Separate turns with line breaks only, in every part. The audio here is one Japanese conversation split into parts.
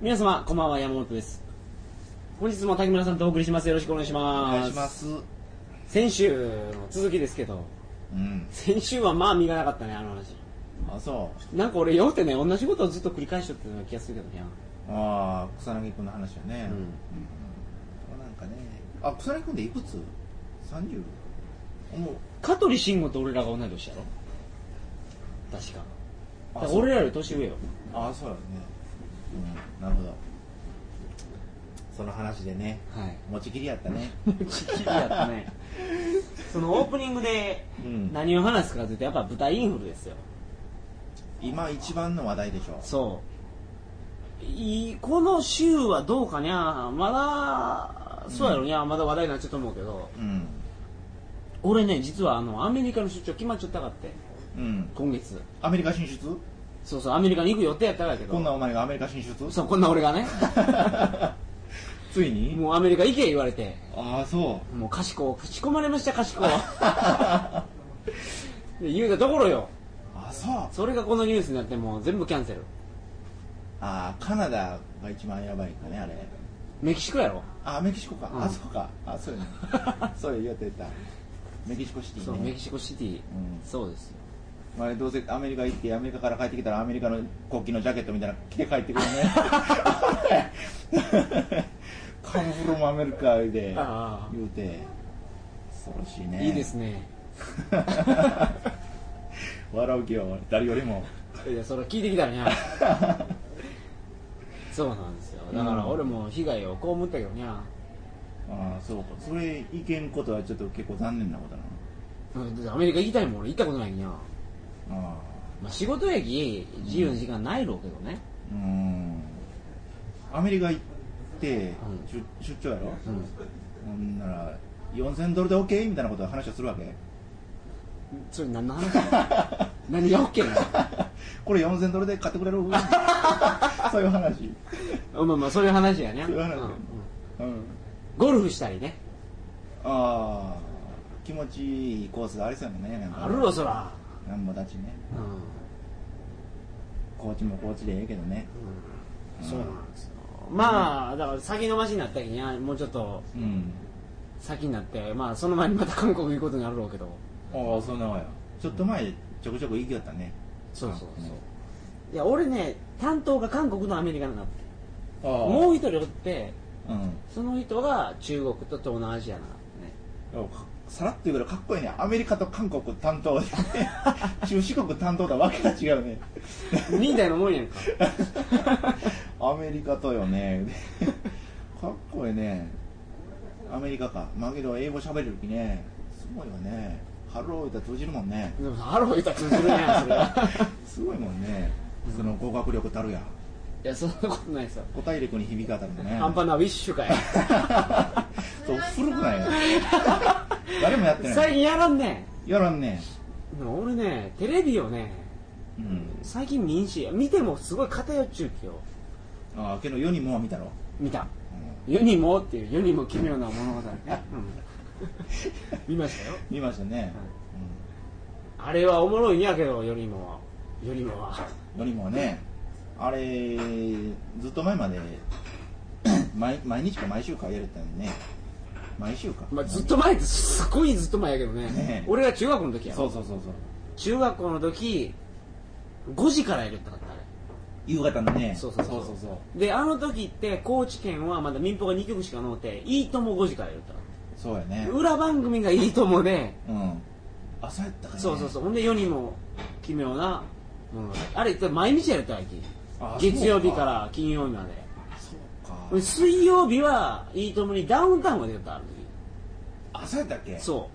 皆様こんばんは山本です本日も滝村さんとお送りしますよろしくお願いし
お
ます
願いします
先週の続きですけど
うん
先週はまあ身がなかったねあの話
あそ
なんか俺酔ってね同じことをずっと繰り返しとったような気がするけどね
うああ草薙君の話よ
う
ね
ん
うんなんかねあ草薙君っていくつ ?30? もう
香取慎吾と俺らが同い年やろ確か
あ
だから
そう
俺らより年上よ
ああそうやねうんなるほどその話でね
はい
持ちきりやったね
時期やったね そのオープニングで
うん
何を話すかというとやっぱ舞台インフルですよ
今一番の話題でしょ
そういこの週はどうかにゃまだそうやろにゃ、まだ話題になっちゃうと思うけど
うん
俺ね実はあのアメリカの出張決まっちゃったかって
うん
今月
アメリカ進出
そうそうアメリカに行く予定やったからやけど
こんなお前がアメリカ進出
そうこんな俺がね
ついに
もうアメリカ行け言われて
ああそ
もうかしこ口込まれましたか しこ
うあ
で言うたところよ
そう
それがこのニュースになってもう全部キャンセル
ああカナダが一番やばいかねあれ
メキシコやろ
あメキシコか、
うん
あそうかあそう やねそうや言うてたメキシコシテ
そう
ィ
メ
ね
キシコシティ、
ん
そうですよ
まあ、どうせアメリカ行ってアメリカから帰ってきたらアメリカの国旗のジャケットみたいなの着て帰ってくる ねカムフロムアメリカで
ああ
言うて恐ろしいね
いいですね
笑う気は誰よりも
いやそれ聞いてきたらに ゃそうなんですよだから俺も被害を被ったけどにゃ
ああそうかそれいけんことはちょっと結構残念なことな
うんアメリカ行きたいもん俺行ったことないにゃ、
のああ
まあ、仕事やき自由な時間ないろうけどね、
うーんアメリカ行って、出出張やろ、
うん
ほんなら4000ドルで OK? みたいなことを話をするわけ
それ何の話 何が OK な
これ4000ドルで買ってく れるそういう話
のまあまあそういう話やね
そういう
う
話
んうん
うん
ゴルフしたりね
ああ気持ちいいコースがありそうやもんねなんか
あるろそら
なんぼたちね
うん、うん
コーチもコーチでええけどね
そうなんですよまあだから先延ばしになったきにゃもうちょっと
うん
先になってまあその前にまた韓国行くことになるろうけど
ああそんなわやちょっと前ちょくちょく行きよったね
そうそうそういや俺ね担当が韓国のアメリカなの
ああ
もう一人おって
うん
その人が中国と東南アジアなのね
さらっと言うけどかっこいいねアメリカと韓国担当で中四国担当だわけが違うね
みたいなもんやんか
アメリカとよねかっこいいねアメリカかまあけど英語喋れる時ねすごいわねハロー言ったら通じるもんね
でもハロー言ったら通じるやんそれは
すごいもんねその語学力たるや
いやそんなことないですよ
答え力に響かたるもんね
半端なウィッシ ュかい
そう古くないよ誰もやってな
最
い
近やらんね
やらんね
でも俺ねテレビをね
うん
最近見んし見てもすごい偏っちゅうきを
ああけど世にもは見たろ、
見た
うん
世にもっていう世にも奇妙な物語ね、 うん見ましたよ
見ましたね、うん
あれはおもろいんやけどよりもはよりもは
よりもねあれずっと前まで 毎毎日か毎週かやれたのにね毎週か、
まあ、ずっと前ってすごいずっと前やけどね
ねえ
俺が中学の時や
そうそうそうそう
中学校の時5時からやるってなったあ
夕方のね
れそうそう
そ
そう
うそうそう
うであの時って高知県はまだ民放が2局しかのうて「いいとも」5時からやるってなっ
そうや
た
ね
裏番組が「いいともで」
うんあそうやったかね
そうそうそううほんで世にも奇妙な物語あれ毎日やるってあい
あ
き月曜日
そうか
から金曜日まで
そうか
俺水曜日は「いいとも」にダウンタウンが出てたあの時
あそうやったっけ
そ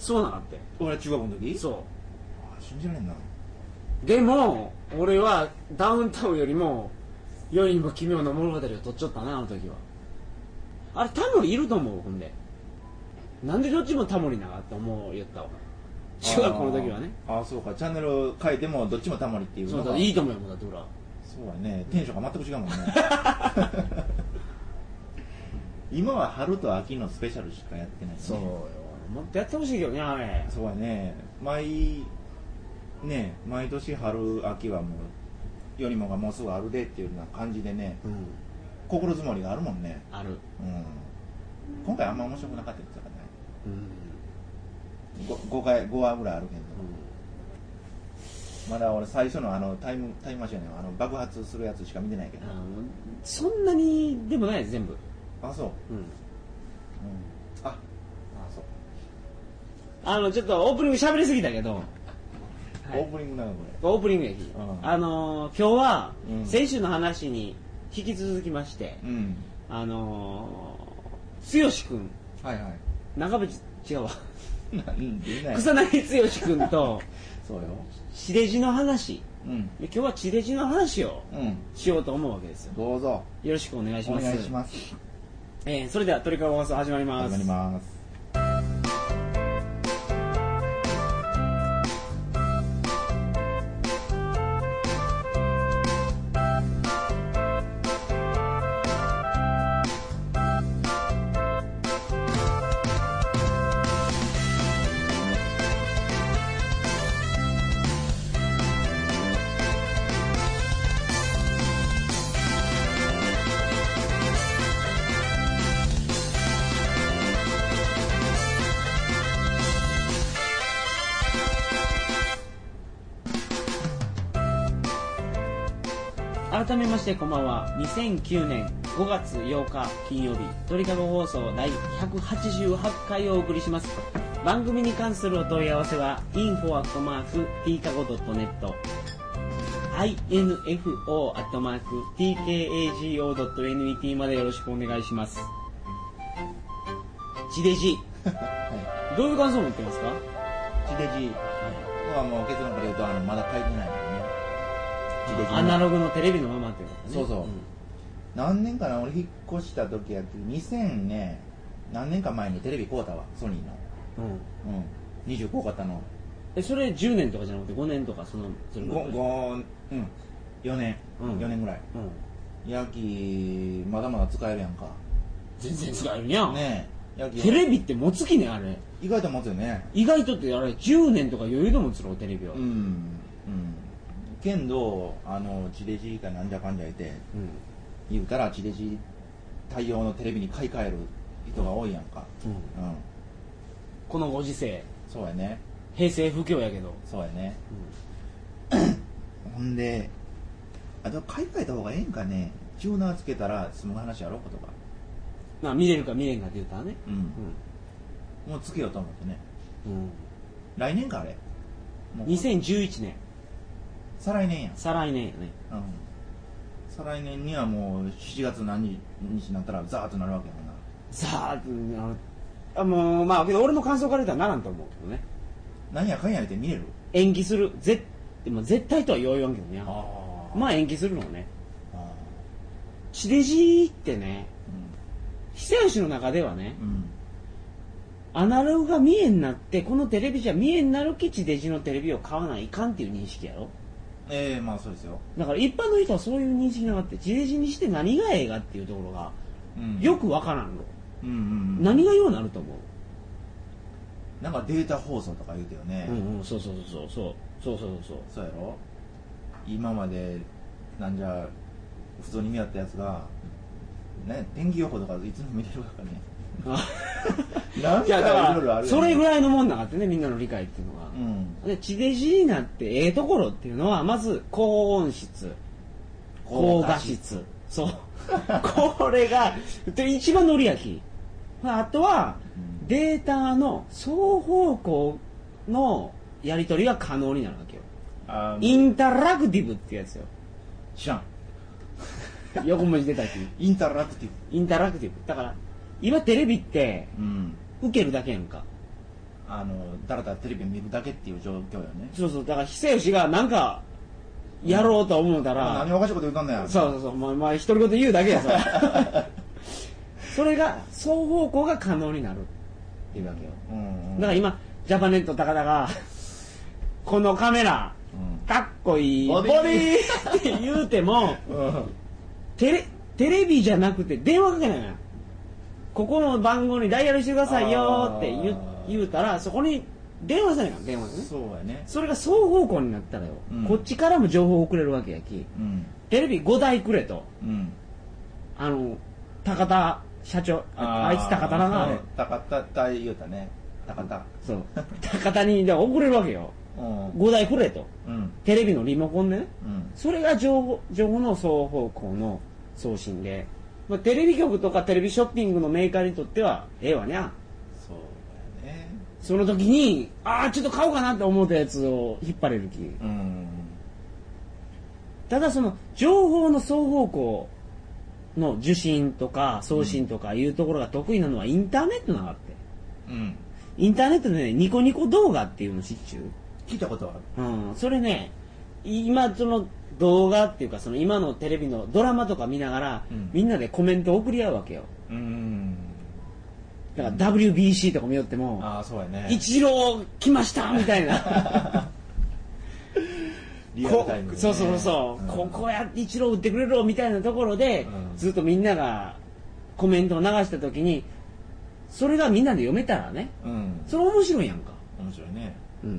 うそうなかったよ
俺中学の時う
そう
あ信じられんな
でも俺はダウンタウンよりも世にも奇妙な物語を取っちゃったなあの時はあれタモリいると思うほんでなんでどっちもタモリながって思う言ったわ中学校の時はね
あーあーそうかチャンネルを変えてもどっちもタモリっていう
そう
の
だ
が
いいと思うよもうだって俺は
そうやねテンションが全く違うも んね今は春と秋のスペシャルしかやってないね
そうよもっとやってほしいけどねあれ
そうやね毎ね毎年春秋はもうよりもがもうすぐあるでっていうような感じでね
うん
心づもりがあるもんね、
ある
うん、今回あんま面白くなかったやつだからね
うん、
5, 回5話ぐらいあるけど、
う
まだ俺最初のあのタイムタイムマシンやねあの爆発するやつしか見てないけど
ん、あのそんなにでもないです全部
あそう、
うん
うん、ああそう、
あのちょっとオープニング喋りすぎたけどはい
オープニングなのこ
オープニングやき、
うん
あのー今日は、
うん
先週の話に引き続きまして、
れうん
あのー、剛君
はいはい
長渕違うわ
なんでいない
草薙剛君と
そうよ
地デジの話
うん
で今日は地デジの話を
うん
しようと思うわけですよ
どうぞ
よろしくお願いし
お
ます
願いします
えーそれでは「鳥かご放送」始まります
始まります
改めましてこんばんは2009年5月8日金曜日鳥かご放送第188回をお送りします番組に関するお問い合わせは info.tkago.net info.tkago.net までよろしくお願いします地デジ
は
どういう感想を持ってますか、
い地デジ僕はもう結論から言うとあのまだ書いてないけどね地デジ
アナログのテレビのままっていうことね
そうそう何年かな俺引っ越した時やけど2000ね何年か前にテレビ買うたわソニーの
うん、うん
うん25買ったの
えそれ10年とかじゃなくて5年とかそのそれぐらい
5うん4年、
うん
4年ぐらい
うん
ヤキまだまだ使えるやんか
全然使えるやん、
ねえヤキ
テレビって持つきねあれ
意外と持つよね
意外とってあれ10年とか余裕で持つろテレビは
うんうんけんどあの地デジかなんじゃかんじゃいて
うん
言うたら地デジ対応のテレビに買い替える人が多いやんか
うん
うん
このご時世
そうやね
平成不況やけど、
そうやね ほんであでも買い替えた方がええんかねチューナーつけたら済む話やろことか
まあ見れるか見れんかって言ったらね
うん、もうつけようと思ってね
うん、うん
来年かあれもう
2011年
再来年や
再来年やね
うん再来年にはもう7月何日になったらザーッとなるわけやもんな
さあうんあのあもうまあけど俺の感想から言ったらならんと思うけどね
何やかんや言うて見れる
延期するぜでも絶対とは言わ言わんけどね
あ
まあ延期するのね
あ
地デジってね
う
久吉の中ではね、
んうん
アナログが見えになってこのテレビじゃ見えになる基地デジのテレビを買わないかんっていう認識やろ
ええまあそうですよ、
だから一般の人はそういう認識なかって地デジにして何が映画っていうところが
うん、
よくわからんの、
うんうん、うん、
何がようなると思う、
なんかデータ放送とか言うてよね、
うんうんそうそうそうそうそうそうそう
そうやろ今までなんじゃ普通に見合ったやつがね天気予報とかいつも見れるか らね なん
いやだ
かい
か
ろいろあ
ら
る
それぐ
い
らいのもんなかってねみんなの理解っていうのが、
うん
で地デジになってええところっていうのはまず高音質高画質そう これがで一番乗り焼きあとは
うん
データの双方向のやり取りが可能になるわけよ
あ
イ
ー
ンタラクティブってやつよ
知らん
横文字出た き
インタラクティブ
インタラクティブだから今テレビって
うん
受けるだけやんか
あのだらだらテレビ見るだけっていう状況よね
そうそうだから久吉がなんかやろうと思うたら、
何おかしいこと言うかんねや
そうそうそう、まあ、まあ、独り言言うだけや さ。それが、双方向が可能になるっていうわけよ。
うんうん
だから今、ジャパネット高田が、このカメラ、
う
かっこいい、
ボ
ボ
デ
デ
ィ
ィって言うても、
んうん
テレ、テレビじゃなくて電話かけないのよ。ここの番号にダイヤルしてくださいよーって言
あー
う言うたら、そこに電話せなあかん電話でね
そうやね
それが双方向になったらよ、
うん
こっちからも情報を送れるわけやき
うん
テレビ5台くれと
うん
あの高田社長ああいつ高田な
な
あれ
高田大言うたね高田
そう高田にだから送れるわけよ
うん
5台くれと
うん
テレビのリモコンでね
うん
それが情報情報の双方向の送信で、まあ、テレビ局とかテレビショッピングのメーカーにとってはええわにゃ
そうやね
その時にああちょっと買おうかなって思ったやつを引っ張れる気
うん
ただその情報の双方向の受信とか送信とかいうところが得意なのはインターネットなわって
うん
インターネットでねニコニコ動画っていうの知っちゅ
聞いたことはある
ううんそれね今その動画っていうかその今のテレビのドラマとか見ながら、
うん
みんなでコメントを送り合うわけよ
うん
だから WBC とか見よっても
ああそうや
「
ね
イチロー来ました!」みたいな
リアル
こ
タイムでね
そうそうそう、ここやイチロー打ってくれろみたいなところで、
うん
ずっとみんながコメントを流した時にそれがみんなで読めたらね
うん
それ面白いやんか、
面白いね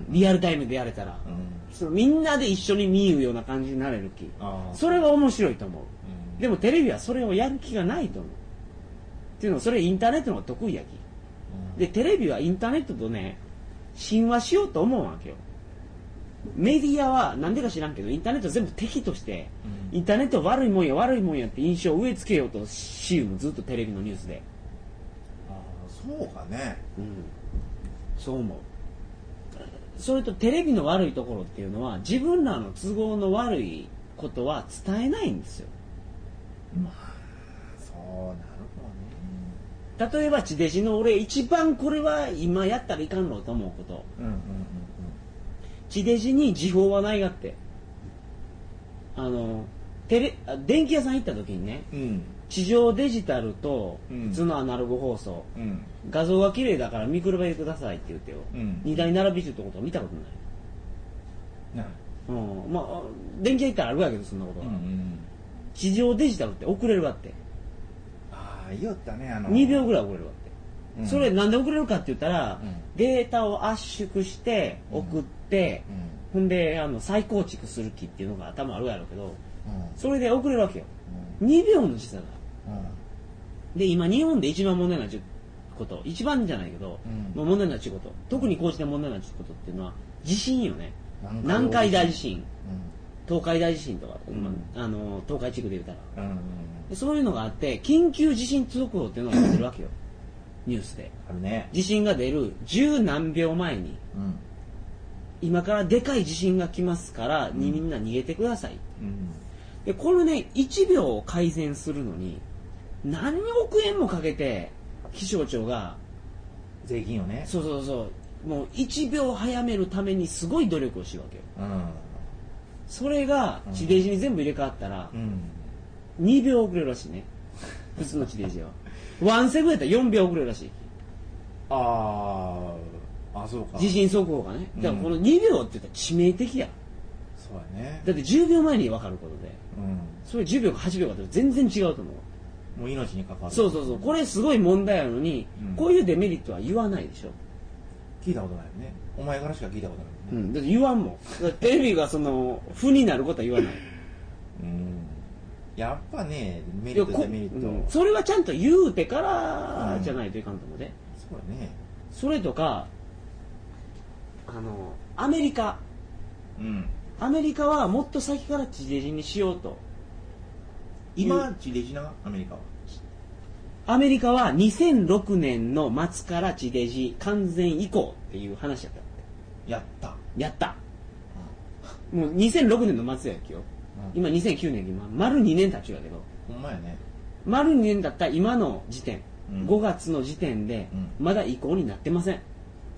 リアルタイムでやれたら、
うん
そのみんなで一緒に見るような感じになれる気
ああ
それは面白いと思う
うん
でもテレビはそれをやる気がないと思うっていうのはそれインターネットの方が得意やき
うん
でテレビはインターネットとね親和しようと思うわけよメディアは何でか知らんけどインターネットを全部敵として、
うん
インターネットは悪いもんや悪いもんやって印象を植え付けようとしようもずっとテレビのニュースで、
ああそうかね
うん、そう思うそれとテレビの悪いところっていうのは自分らの都合の悪いことは伝えないんですよ
そうなるほどね
例えば地デジの俺一番これは今やったらいかんろうと思うこと
うんうんうん
地デジに時報はないがってあのテレあ電気屋さん行った時にね
うん
地上デジタルと
うん
普通のアナログ放送、
うん
画像が綺麗だから見比べてくださいって言ってよ、
うん
二台並びちゅうとこと見たことない
な
うんまああ電気屋行ったらあるやけどそんなこと
う
は、
んうん
地上デジタルって遅れるわって
ああ言おったねあの
2秒ぐらい遅れるわって、
うん
それなんで遅れるかって言ったら、
うん
データを圧縮して送って、
うん
ほんであの再構築する気っていうのが多分あるやろうけど
うん
それで遅れるわけよ
う
2秒の時差だ
んうん
で今日本で一番問題になっちゅうこと一番じゃないけど、
うん
まあ問題になっちゅうこと特に高知で問題になっちゅうことっていうのは地震よね
南
南
海
海
大
大
地
地
震
震東海大地震とか、
ん
まああの東海地区で言うたら
うんうんうん
でそういうのがあって緊急地震通報っていうのが出るわ けよニュースで
あるね
地震が出る十何秒前に
うん
今からでかい地震が来ますから、にみんな逃げてください
うん
でこのね1秒を改善するのに何億円もかけて気象庁が
税金よね
そうそうそうもう1秒早めるためにすごい努力をしてるわけよ
うん
それが
うん
地デジに全部入れ替わったら
うん
2秒遅れるらしいね普通の地デジはワンセグやったら4秒遅れるらしい
あーあそうか
地震速報がねだからこの2秒って言ったら致命的や
そうやね
だって10秒前に分かることで
うん
それ10秒か8秒かって全然違うと思う
もう命に関わる
そうそうそうこれすごい問題やのに、
うん
こういうデメリットは言わないでしょ、
聞いたことないよねお前からしか聞いたことないよ
う
ね
ん、だって言わんもんだってテレビがその負になることは言わない
うんやっぱねメ
い
リ
や
ット
こ
デメリッ
うん
ト
それはちゃんと言うてか
う
ら
ん
じゃないといかんと思うで、
そうやね
それとかあのアメリカ
うん
アメリカはもっと先から地デジにしようと
今地デジなアメリカは
アメリカは2006年の末から地デジ完全移行っていう話やったって
やった
やったもう2006年の末やっけよ
うん
今2009年今丸2年経ちゅうやけど
ほんまやね
丸2年だった今の時点、
うん
5月の時点で
う
まだ移行になってません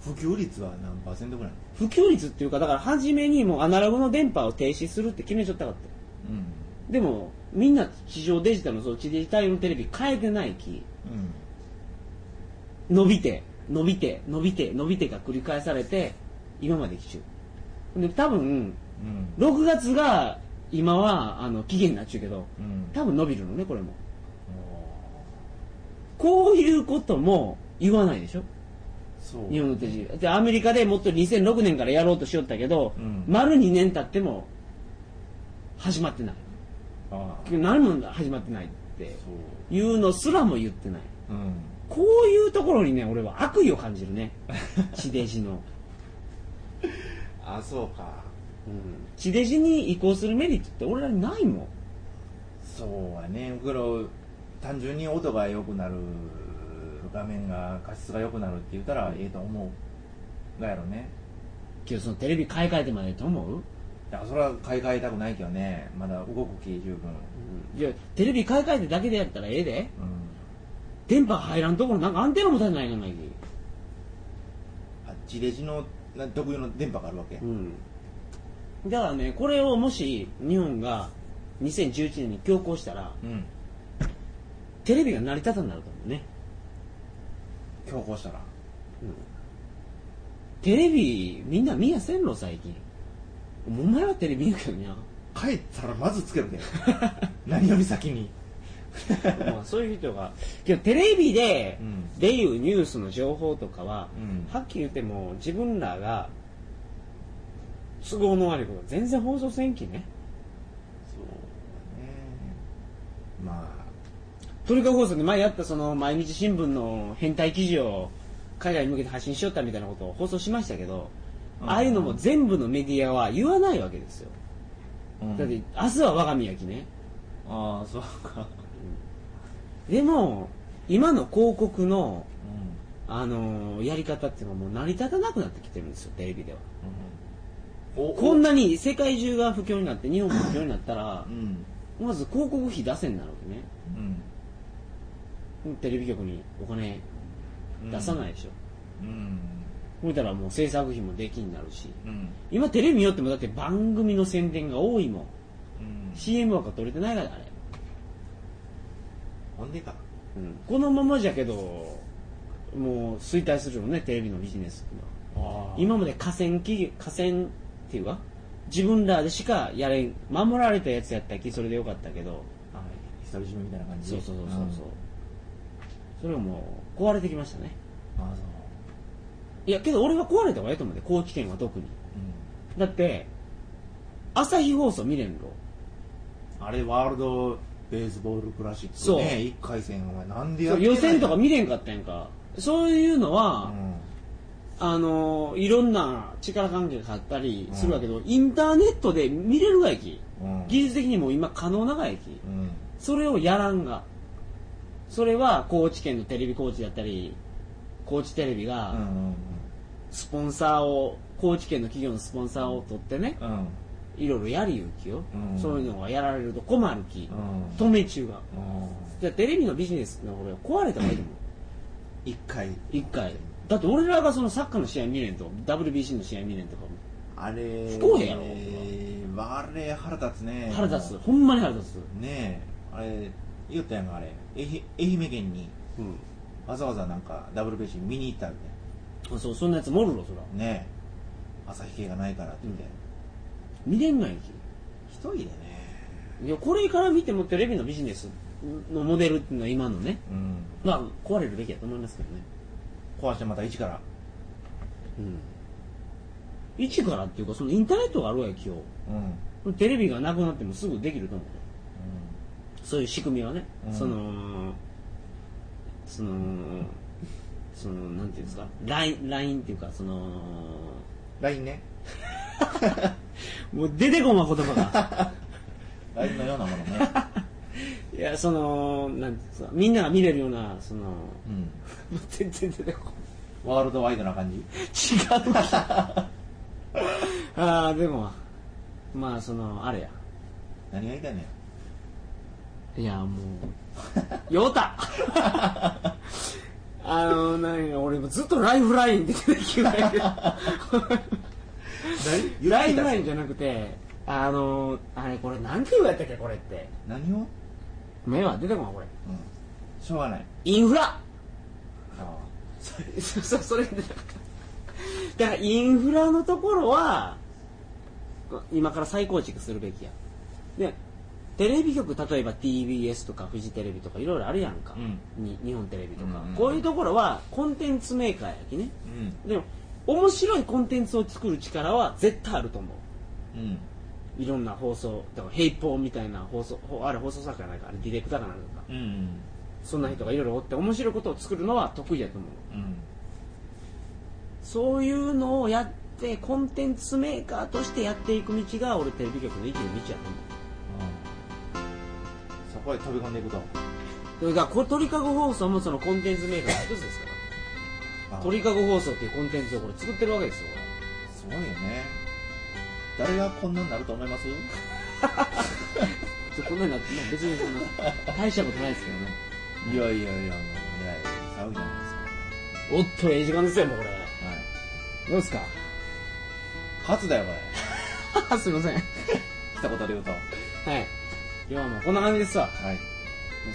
普及率は何パーセントぐらいなの
普及率っていうかだから初めにもうアナログの電波を停止するって決めちゃったかって
う
でもみんな地上デジタルのその地デジタルのテレビ変えてないき
んうん
伸びて伸びて伸びて伸びてが繰り返されて今まで来ちゅうで多分
うん
6月が今はあの期限になっちゅうけど
うん
多分伸びるのねこれもこういうことも言わないでしょ
そう
日本の手順でアメリカでもっと2006年からやろうとしよったけど、
うん
丸2年経っても始まってない
ああ
何も始まってないって
そう
いうのすらも言ってない
うん
こういうところにね俺は悪意を感じる ね地デジの、
あそうか
うん、地デジに移行するメリットって俺らにないもん
そうやね僕ら単純に音が良くなる画面が画質が良くなるって言ったらええと思うがやろね
けどそのテレビ買い替えてまでと思う、
いやそれは買い替えたくないけどねまだ動く気十分
いやテレビ買い替えてだけでやったらええで
うん
電波入らんところなんかアンテナも足りないがないき
あ地デジのな特有の電波があるわけ、
うん、だからねこれをもし日本が2011年に強行したら
うん、
テレビが成り立たんなると思うね、
強行したら
うん、テレビみんな見やせんろ最近お前はテレビ見るけどね
帰ったらまずつけるけど 何より先に
まあそういう人がけどテレビで、
うん
でいうニュースの情報とかは、
うん
はっきり言っても自分らが都合の悪いこと全然放送せんきね
そうだねまあ
鳥かご放送で前やったその毎日新聞の変態記事を海外に向けて発信しよったみたいなことを放送しましたけど、
うん
ああいうのも全部のメディアは言わないわけですよ、
うん
だって明日は我が身やきね
ああそうか
でも今の広告の、
うん
あのーやり方っていうのはもう成り立たなくなってきてるんですよテレビでは
お
こんなに世界中が不況になって日本も不況になったら
うん
まず広告費出せんなるわ
うん
けねテレビ局にお金出さないでしょ、
うん
ほいたらもう制作費もできになるし
うん
今テレビによってもだって番組の宣伝が多いもん
うん
CM 枠が取れてないからあれ、
ほんでか
このままじゃけどもう衰退するよねテレビのビジネスっていうのは
あー
今まで河川企業河川っていうか自分らでしかやれん守られたやつやったきそれでよかったけど
あ独り占めみたいな感じ
そうそうそうそうそう、
ん
それはもう壊れてきましたね
ああそう
いやけど俺は壊れた方がいいと思うで高知県は特に
う
だって朝日放送見れんろ
んあれワールドベースボールクラシック
そう
ね一回戦お前なんでや
そう
ってない
予選とか見れんかったやんかそういうの
う
は、
ん
あのいろんな力関係があったりするわけど、インターネットで見れるがやき
うん
技術的にも今可能ながやき
うん
それをやらんがそれは高知県のテレビ高知だったり高知テレビ
うんう
が
ん
スポンサーを高知県の企業のスポンサーを取ってね
うんうん
いろいろやりゆきよ、
うん
そういうのがやられると困るき、
うん
止め中が
うん
じゃあテレビのビジネスってのは俺は壊れた方がいいと思う
一回
一回だって俺らがそのサッカーの試合見れんと WBC の試合見れんとかも
あれ
不公平やろ
あれ腹立つね
腹立つほんまに腹立つ、
ねえあれ言ったやんかあれえひ愛媛県に
うん、
わざわざなんか WBC 見に行ったみ
あそうそんなやつもおるろそら
たいなねえ朝日系がないからって言って、
見れんがい
一人でね
きいやこれから見てもテレビのビジネスのモデルっていうのは今のね
うん
まあ壊れるべきだと思いますけどね
壊してまた一から
うん一からっていうかそのインターネットがあるわよ今
うん、うん
日テレビがなくなってもすぐできると思うそういう仕組みはね、
うん
そのそのそのなんていうんですか LINE LINE っていうかその
LINE ね
もう出てこんわ言葉 が
LINE のようなものね
いやそのなんていうんですかみんなが見れるようなその
うん
全然出てこん
ワールドワイドな感じ
違うわ ああでもまあそのあれや
何が言いたいのよ
いやもうよた あのなんか俺もずっとライフラインで出てきてないけどライフラインじゃなくてあのあれこれなんて言うやったっけこれって
何を、うん、
目は出てこないこれ
しょうがない
インフラ
あ
そそそれでだからインフラのところは今から再構築するべきやでテレビ局例えば TBS とかフジテレビとかいろいろあるやんか、
うん
に日本テレビとか、
うんうん
こういうところはコンテンツメーカーやきね
うん
でも面白いコンテンツを作る力は絶対あると思
うん
ういろんな放送だからヘイポーみたいな放送ほあれ放送作家やないかあれディレクターかなんか
うん
そんな人がいろいろおって面白いことを作るのは得意やと思う
うん
そういうのをやってコンテンツメーカーとしてやっていく道が俺テレビ局の生きる道やと思う
そこへ飛び込んでいくと
それからこ鳥かご放送もそのコンテンツメーカーの一つですから
あ
鳥かご放送っていうコンテンツをこれ作ってるわけですよ
すごいよね誰がこんなになると思います
これこんなになってまあ別にそんな大したことないですけどね
いやいやいやもうね騒ぎじゃないです
おっとええ時間ですよもうこれ
か、はい、
どうですか
初だよこれ
すいませんはい
来たことで言うとは
今日はもうこんな感じですわ
い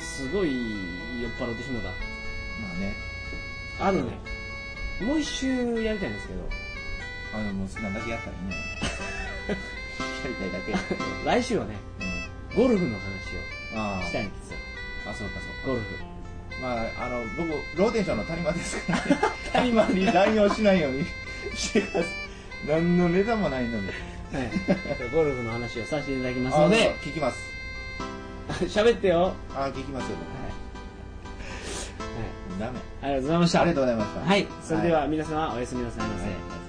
すごい酔っ払ってしもうた
まあね
あのねもう一周やりたいんですけど
あのもう好きなだけやったらいいねやりたいだけ、うん、
来週はねゴルフの話を
ああ
したいんですよ
あそうかそう
ゴルフ
かまああの僕ローテンションの谷間ですから、 ね、谷間に乱用しないようにしてください何のネタもないのに
はいゴルフの話をさせていただきますので
あ聞きます
喋ってよ
あ聞きますよ
はい、
ダメ
ありがとうございました。
ありがとうございました
はい、それでは皆様おやすみなさいませ。
はい